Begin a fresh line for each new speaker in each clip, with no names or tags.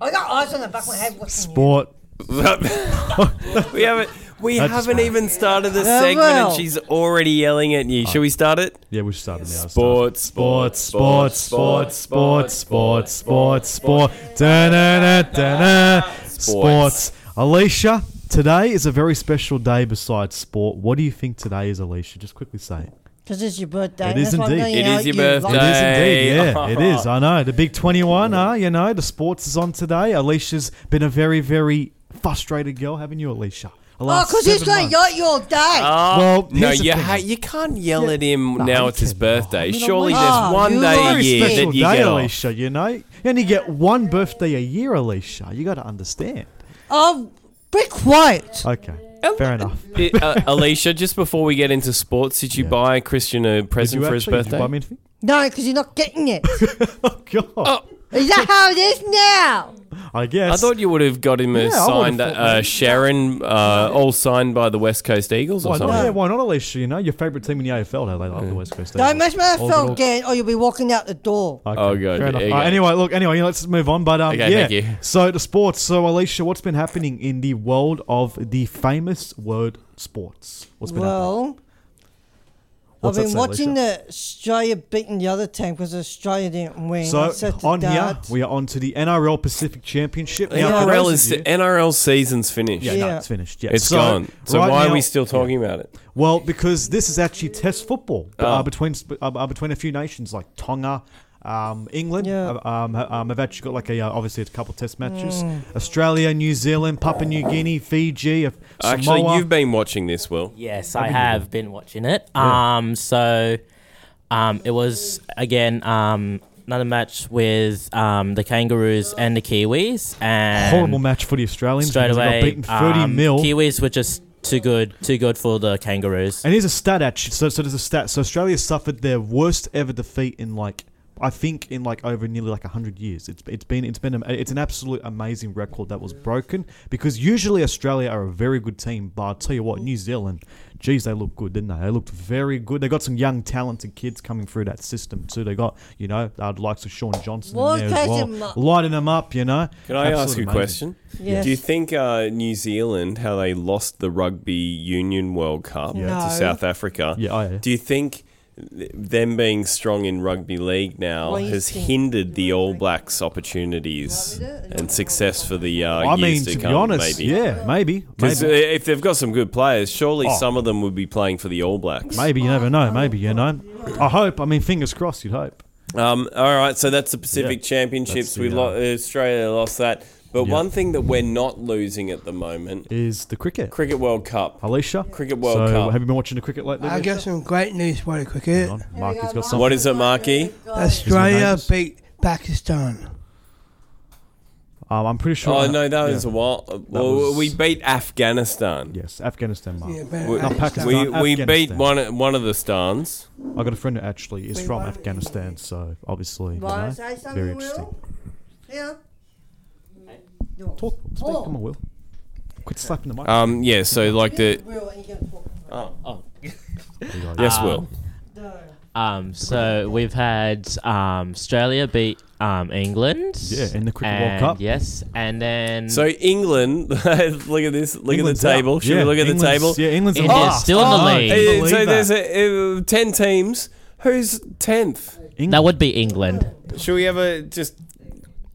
I got eyes Oh, on the back of my head. What's
Sport.
we haven't. We
That's
haven't
fine.
even started the
Yeah,
segment,
well.
and she's already yelling at you. Shall we start it?
Yeah, we're starting now.
Sports,
sports, sports, sports, sports, sports, sports, sports, sports. Sports. Alicia, today is a very special day besides sport. What do you think today is, Alicia? Just quickly say it.
Because it's your birthday.
It
That's
is
why I'm
indeed.
going, you
It
know,
is your
you lot-
birthday.
It is indeed,
Day.
yeah, it is. I know the big twenty-one. Huh? You know the sports is on today. Alicia's been a very, very frustrated girl, haven't you, Alicia? The
Oh,
last
because he's going
seven
to
months.
yacht your day.
Oh,
Well,
no,
here's the
you
thing.
ha- you can't yell
Yeah.
at him
No,
now.
you
It's his
cannot.
birthday.
I mean,
Surely
Alicia-
there's
Oh,
one
you
day a
are
very
year
special
that you
day,
get off.
Alicia. You know, you only get one birthday a year, Alicia. You got to understand.
Um, be quiet.
Okay,
Oh.
fair enough. Did
It- uh, Alicia, just before we get into sports, did you
Yeah.
buy Christian a present
you actually,
for his
Did you
birthday?
buy me anything?
No, because you're not getting it.
Oh God,
Is that how it is now?
I
I
guess.
thought you would have got him a
Yeah, I
signed
would've thought-
uh, Sharon, uh, all signed by the West Coast Eagles or
Why
something.
not? Yeah, why not, Alicia? You know, your favorite team in the AFL. How they like the West Coast.
Don't mess with that
All
felt
good,
again, or you'll be walking out the door.
Okay,
Oh, good.
fair enough.
There you
All right,
go.
anyway, look. Anyway, yeah, let's move on. But um,
Okay,
yeah.
thank you.
So the sports. So Alicia, what's been happening in the world of the famous word sports? What's been happening?
Well,
What's
I've
that
been
say,
watching
Alicia?
the Australia beating the other team because Australia didn't win. I
So
said to
on here
Dad,
we are on to the NRL Pacific Championship. Now, for those
NRL
of
is
you-
NRL season's finished.
Yeah, no,
Yeah.
it's finished. Yeah,
It's
So,
gone. So
right
why are we
now-
still talking about it?
Well, because this is actually Test football
Oh.
uh, between sp- uh, uh, between a few nations like Tonga, um, England.
Yeah.
uh, Um, ha- um, have actually got like a uh, obviously a couple Test matches.
Mm.
Australia, New Zealand, Papua New Guinea, Fiji, uh, Samoa.
Actually, you've been watching this, Will.
Yes, I have been watching it. Um, so, um, it was again um another match with um the Kangaroos and the Kiwis, and
horrible match for the Australians.
straight
because they
away
got beaten thirty
um,
mil.
Kiwis were just too good, too good for the Kangaroos.
And here's a stat actually. So, so there's a stat. So Australia suffered their worst ever defeat in like I think in like over nearly like hundred years. It's it's been it's been a, it's an absolute amazing record that was broken because usually Australia are a very good team, but I'll tell you what, New Zealand, geez, they looked good, didn't they? They looked very good. They got some young talented kids coming through that system too. They got you know I'd like to Sean Johnson
Well,
in there as
catch
well,
him up.
lighting them up. You know.
Can I
Absolute
ask you a
amazing.
question?
Yes.
Do you think uh, New Zealand, how they lost the Rugby Union World Cup
No.
to South Africa,
Yeah, oh, yeah.
do you think th- them being strong in rugby league now
What do you
has
think?
hindered the All Blacks' opportunities and success for the uh,
I mean,
years
to,
to
be
come?
honest,
maybe.
yeah, maybe,
Because
maybe,
if they've got some good players, surely
Oh.
some of them would be playing for the All Blacks.
maybe you never know. Maybe you know. I hope. I mean, fingers crossed. You'd hope.
Um, all right, so that's the Pacific
Yeah, that's
Championships.
the, uh,
we lo- Australia lost that, but
Yeah.
one thing that we're not losing at the moment:
is the cricket.
Cricket World Cup.
Alicia,
Cricket World
so
Cup.
Have you been watching the cricket lately?
I
Alicia?
got some great news for you, cricket.
Hang on, Mark, he's got something.
What is it, Marky?
Australia
His
beat Pakistan.
Um, I'm pretty sure.
Oh no, that
yeah.
was a while. uh, Well,
was-
we beat Afghanistan.
Yes, Afghanistan, Mark.
Yeah, man,
We-
Oh. Not Pakistan.
We, we
Afghanistan.
beat one one of the stans.
I got a friend who actually is from Afghanistan, so obviously, you
Wanna
know,
say something,
very
Will?
interesting.
Yeah.
Talk, speak.
Oh.
Come on, Will. Quit slapping the mic.
Uh,
Um, yeah. So like the
Will, and you can talk.
yes, Will.
Ah,
Um, so we've had um, Australia beat um, England.
Yeah, in the Cricket World
and
Cup.
Yes, and then
So England, look at this. Look
mm. England's
at the table.
out.
Should
yeah,
we look at
England's,
the table?
Yeah, England's
India's
last.
still in the
Oh, I
lead.
can't
Uh,
believe
so
that.
there's a, uh, ten teams. Who's tenth?
England-
that would be England.
Should we have a just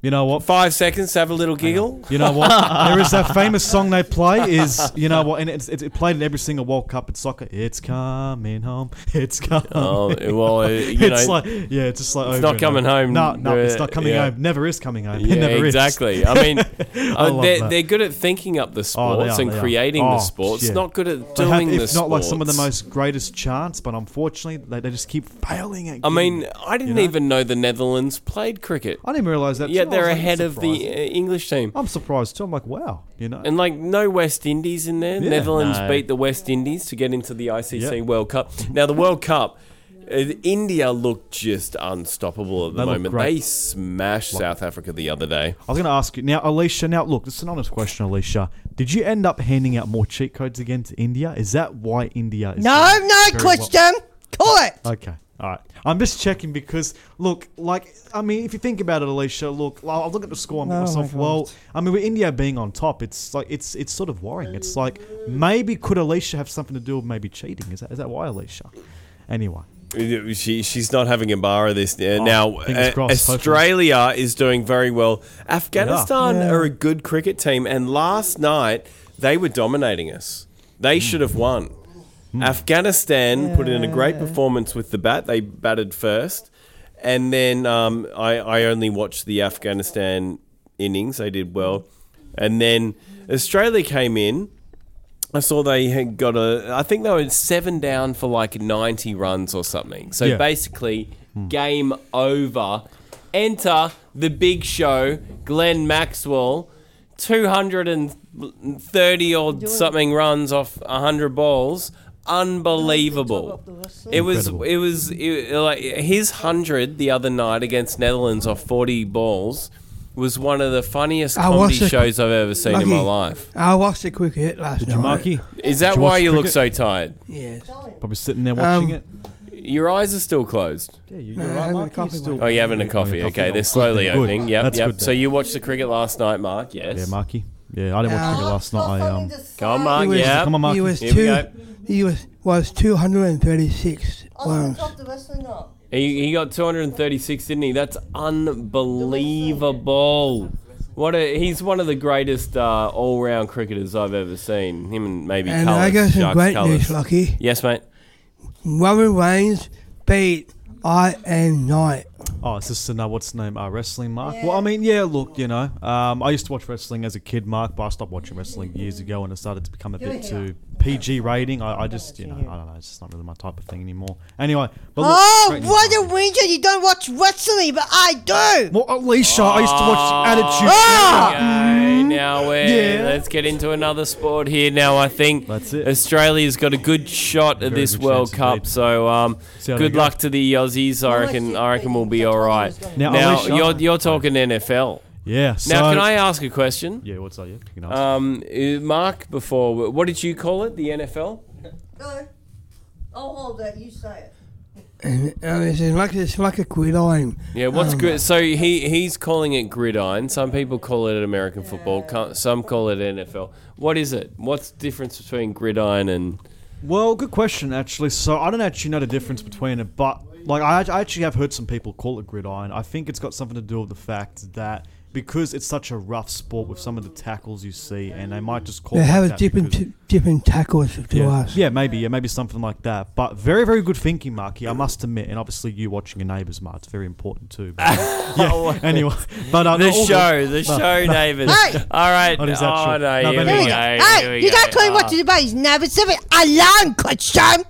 you know what?
five seconds to have a little giggle?
You know what? there is that famous song they play. Is you know what? And it's, it's it played in every single World Cup in soccer. It's coming home. It's coming.
Oh, well, uh, you
it's
know,
like yeah, it's just like
it's
over
not
and
coming
over.
home.
No, no, it's
Uh,
not coming
yeah.
home. Never is coming home.
yeah,
it never
exactly.
Is.
I mean, uh,
love
they're,
that.
they're good at thinking up
Oh,
the
they
sports
are,
and
they are.
creating the
Oh,
sports,
yeah.
not good at
They
doing
have,
the
if
sports.
not like some of the most greatest chants, but unfortunately, they, they just keep failing at.
I
getting
mean,
it.
I didn't
know?
even know the Netherlands played cricket.
I didn't even realize that.
Yet
too. I
they're
was like,
ahead of the uh,
surprised.
English team.
I'm surprised too. I'm like, wow, you know.
And like no West Indies in there.
Yeah.
Netherlands
No.
beat the West Indies to get into the ICC
Yeah.
World Cup. Now the World Cup, uh, India looked just unstoppable at the
They look
moment.
great.
They smashed South Africa the other day.
I was going to ask you now, Alicia. Now, look, this is an honest question, Alicia. Did you end up handing out more cheat codes again to India? Is that why India? Is
No,
doing
no,
very well?
Christian. Correct.
Okay. All right. I'm just checking because, look, like, I mean, if you think about it, Alicia, look, I I look at the score and think
Oh my
myself,
God.
well, I mean, with India being on top, it's like, it's it's sort of worrying. It's like, maybe could Alicia have something to do with maybe cheating? Is that is that why, Alicia? Anyway.
She, she's not having a bar of this uh,
Oh,
now.
fingers
uh,
crossed, hopefully.
Australia is doing very well. Afghanistan
Yeah.
are a good cricket team, and last night they were dominating us.
Hmm.
They should have won. Hmm. Afghanistan put in a great performance with the bat. They batted first, and then um, I, I only watched the Afghanistan innings. They did well, and then Australia came in. I saw they had got a. I think they were seven down for like ninety runs or something. So
Yeah.
basically, game over. Enter the big show, Glenn Maxwell, two hundred and thirty or something runs off hundred balls. Unbelievable. It was
Incredible.
it was it, like his hundred the other night against Netherlands off forty balls was one of the funniest
I
comedy
watched it.
shows I've ever seen in my
Lucky.
life.
I watched the cricket last
Did
night.
you, Marky?
Is that
Did you
why
watch
you look
cricket?
so tired?
Yes.
Probably sitting there watching
Um,
it.
Your eyes are still closed.
Yeah, you,
No, having a coffee, mate.
Oh, you're having a coffee. Okay, they're slowly
Good.
opening. Yep,
That's
yep.
good
so
then.
you watched the cricket last night, Mark? Yes.
Yeah, Marky. Yeah, I didn't watch
Um,
cricket last night. I, um,
Come on,
He
Mark.
was-
Yeah.
Come on, Marky.
He was
Here we
two.
go.
He was was two hundred and thirty six runs.
He, he got 236, didn't he? That's unbelievable. What a, he's one of the greatest uh, all-round cricketers I've ever seen. Him and maybe
And
Cullis,
I got some
Sharks
great
Cullis.
news, Lucky.
Yes, mate.
Robin Reigns beat I Am Knight.
Oh, it's just another what's the name? Uh, wrestling, Mark. Well, I mean, yeah. Look, you know, um, I used to watch wrestling as a kid, Mark, but I stopped watching wrestling years ago, and it started to become a bit too PG rating. I, I just, you know, I don't know. It's just not really my type of thing anymore. Anyway, but look,
Oh,
great news,
what a
Marky.
whinger! You don't watch wrestling, but I do.
Well, Alicia, I used to watch Attitude.
Ah!
Okay, now we're
Yeah.
let's get into another sport here. Now I think
That's it.
Australia's got a good shot at
Very
this
good
World
chance
Cup,
indeed.
so um,
See how they
good
go.
luck to the Aussies. I
I
reckon
see.
I reckon we'll be
That's what I
all right.
was gonna
Now,
Now
Alicia-
you're you're talking NFL.
Yeah. So,
Now can I uh, ask a question?
Yeah. What's that? Yeah. You know,
Um, uh, Mark, before what did you call it? The NFL?
No, I'll Oh, hold that. You say it.
And uh, it's like it's like a gridiron.
Yeah, what's
Um,
grid? So he he's calling it gridiron. Some people call it American football. Can't, some call it NFL. What is it? What's the difference between gridiron and
Well, good question, actually. So I don't actually know the difference between it, but like I, act- I actually have heard some people call it gridiron. I think it's got something to do with the fact that because it's such a rough sport with some of the tackles you see, and they might just call
They
it
have
like
a
that
different
because-
t- different tackles to
yeah.
us.
Yeah, maybe, yeah, maybe something like that. But very, very good thinking, Marky. I must admit, and obviously you watching your neighbours, Mark, it's very important too. But, yeah. Anyway, but uh,
the
no, all good.
show, the show, David.
Hey!
All right.
What is that
oh,
show?
no,
No,
here
but
we
anyway.
go. here
Hey,
we
you
go.
don't tell me what to do, but he's never seven. Alarm question.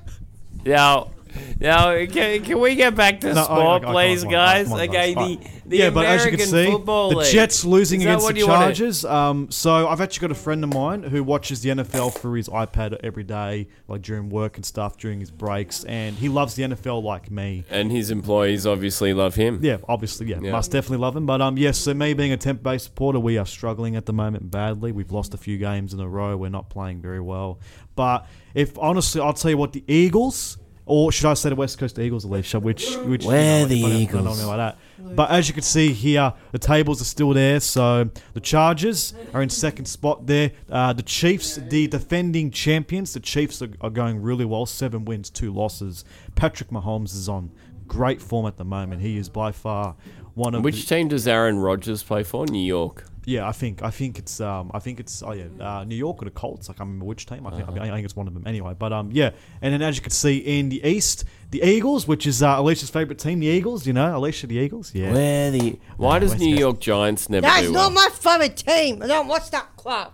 Now, now, can, can we get back to
No, I- I-
sport,
I can't
please,
mind, I
guys?
can't mind,
okay,
guys.
the,
Fine.
the
yeah,
American
but as you can see,
football
the
league.
Jets losing
Is that
against
what
the
you wanted?
Chargers. Um, so I've actually got a friend of mine who watches the NFL through his iPad every day, like during work and stuff, during his breaks, and he loves the NFL like me.
And his employees obviously love him.
Yeah, obviously, yeah,
Yeah.
must definitely love him. But um, yes, so me being a temp-based supporter, we are struggling at the moment badly. We've lost a few games in a row. We're not playing very well. But if honestly, I'll tell you what, the Eagles, or should I say the West Coast Eagles, Alicia, which which you
We're
know,
the
I don't- I don't
Eagles.
know like that. But as you can see here, the tables are still there. So the Chargers are in second spot there. Uh, the Chiefs, the defending champions, the Chiefs are, are going really well. Seven wins, two losses. Patrick Mahomes is on great form at the moment. He is by far one of
Which
the,
team does Aaron Rodgers play for? New York.
yeah. I think I think it's um I think it's oh yeah uh, New York or the Colts. I can't remember which team. I think I, think it's one of them anyway. But um yeah, and then as you can see in the East, the Eagles, which is uh, Alicia's favorite team, the Eagles. You know, Alicia, the Eagles. Yeah.
Where the? Why does
West
New
Coast.
York Giants never
That's
do
not
well?
my favorite team. I don't watch that club.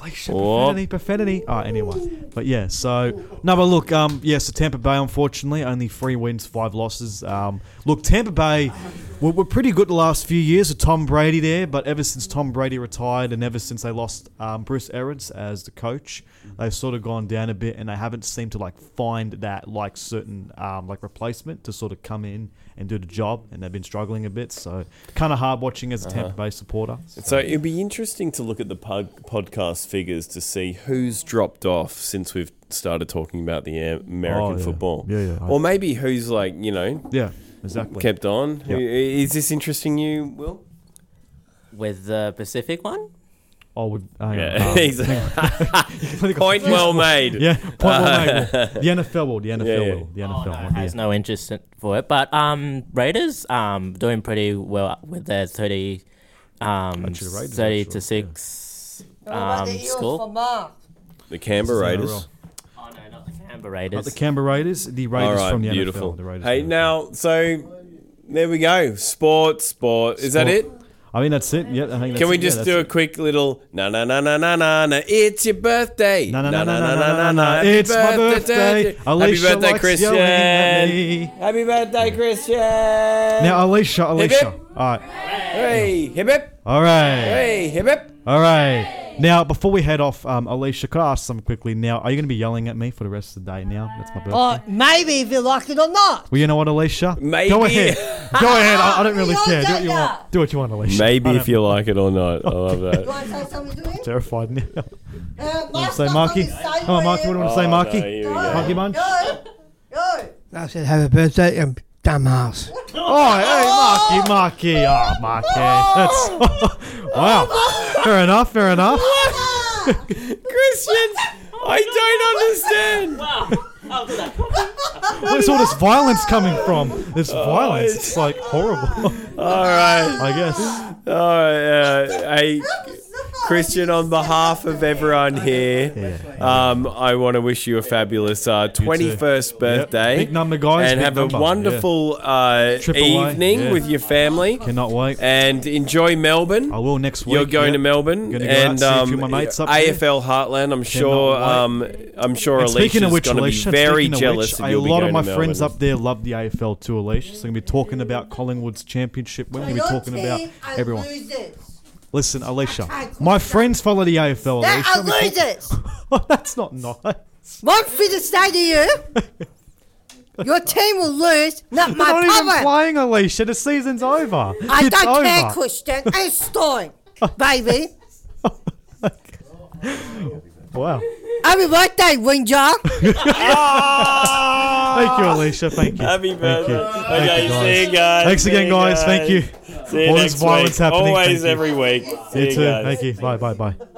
Alicia,
Oh.
profanity, profanity. Oh, anyway. But yeah, so no, but look, um, yeah, so Tampa Bay, unfortunately, only three wins, five losses. Um, look, Tampa Bay, we're, we're pretty good the last few years with Tom Brady there, but ever since Tom Brady retired and ever since they lost um, Bruce Arians as the coach, they've sort of gone down a bit, and they haven't seemed to like find that like certain um, like replacement to sort of come in and do the job, and they've been struggling a bit. So kind of hard watching as a Tampa Bay supporter.
So it'd be interesting to look at the pod- podcast figures to see who's dropped off since we've started talking about the Am- American
Oh, yeah.
football.
Yeah, yeah. I-
Or maybe who's like, you know,
yeah, exactly.
kept on.
Yeah.
Who- Is this interesting you, Will?
with the Pacific one.
Oh, would, uh,
Yeah.
um,
He's- Point well made.
yeah, point well made. The NFL will, the NFL
yeah.
will, the
Oh,
NFL
no,
will. yeah.
has no interest in, for it. But um, Raiders um doing pretty well with their thirty um
Actually, the Raiders,
thirty
actually,
to six
What about
um
the Eels for
score.
Mark?
The Canberra
This is NRL.
Raiders.
Oh no, not the Canberra
Not
Raiders.
the Canberra Raiders, the Raiders
All right,
from the
beautiful.
NFL. The Raiders
hey,
from the NFL.
now, so there we go. Sport, sport. Is that
Sport.
it?
I mean, that's it. Yeah, I think
Can we just do a quick little na na na na na na na? It's your birthday.
Na na na na na
na,
na na na.
Happy
It's my birthday.
Happy
Alicia
birthday,
likes yelling at
Christian.
me.
Happy birthday, Christian.
Now, Alicia, Alicia.
hip.
All right,
hey, hip hip.
all right,
Hey, hip hip.
all right. Now, before we head off, um, Alicia, could I ask something quickly? Now, are you going to be yelling at me for the rest of the day? Now, that's my birthday.
Oh,
Or maybe if you like it or not.
Well, you know what, Alicia?
Maybe.
Go ahead. Go ahead. I, I don't really
You
care. Do what you
don't
want. Do what you want, Alicia. I don't-
you like it or not. I love
You
that.
want to say something to him?
Terrified now.
Uh,
Wanna
Mark's
say
not
Marky?
gonna say
Come on, Marky. What do you want to say,
Oh,
Marky? Marky
Go,
Munch?
go, go.
I said, have a birthday, you damn house.
Oh, hey, Marky, Marky. Oh, Marky.
Oh.
That's. wow. Fair enough, fair enough.
Ah,
Christian, I don't understand.
Wow, how did that come?
Where's all this violence coming from? This
Oh.
violence. It's like horrible,
All right.
I guess.
All right. Uh, hey, Christian, on behalf of everyone here, um, I want to wish you a fabulous uh, 21st birthday.
Big number, guys,
And
big
have
number.
a wonderful uh,
Triple A,
evening
yeah.
with your family.
Cannot wait.
And enjoy Melbourne.
I will next week.
Eh. You're going
yeah.
to Melbourne
Gonna go out and
and
see a
um,
few of my mates up there.
AFL Heartland. I'm sure.
wait.
Um, I'm sure
And
Alicia's
speaking of which,
going to be
Alicia,
very
speaking of
jealous.
which,
if
a
you'll be
lot of my
going to
friends
Melbourne.
up there love the AFL too, Alicia. So we're gonna be talking about Collingwood's championship. We're gonna be
Your
talking about
team are
everyone.
losers.
Listen, Alicia,
can't-
my friends follow the AFL.
They
Alicia.
are
We talk-
losers.
That's not nice.
One for the side of you. Your team will lose, not my
They're not even
power.
playing, Alicia. The season's over.
I
it's
don't
over.
care, Christian. It's time, baby.
Wow.
Happy birthday, Winjar.
Ah!
Thank you, Alicia. Thank you.
Happy
Thank you.
birthday.
Thank
Okay,
you,
see
guys.
you guys.
Thanks
See
again,
you
guys. Thank you.
See you
All
next
this violence
week.
happening.
Always
Thank you.
every week. See
You
you
too.
guys.
Thank you. Bye, bye, bye.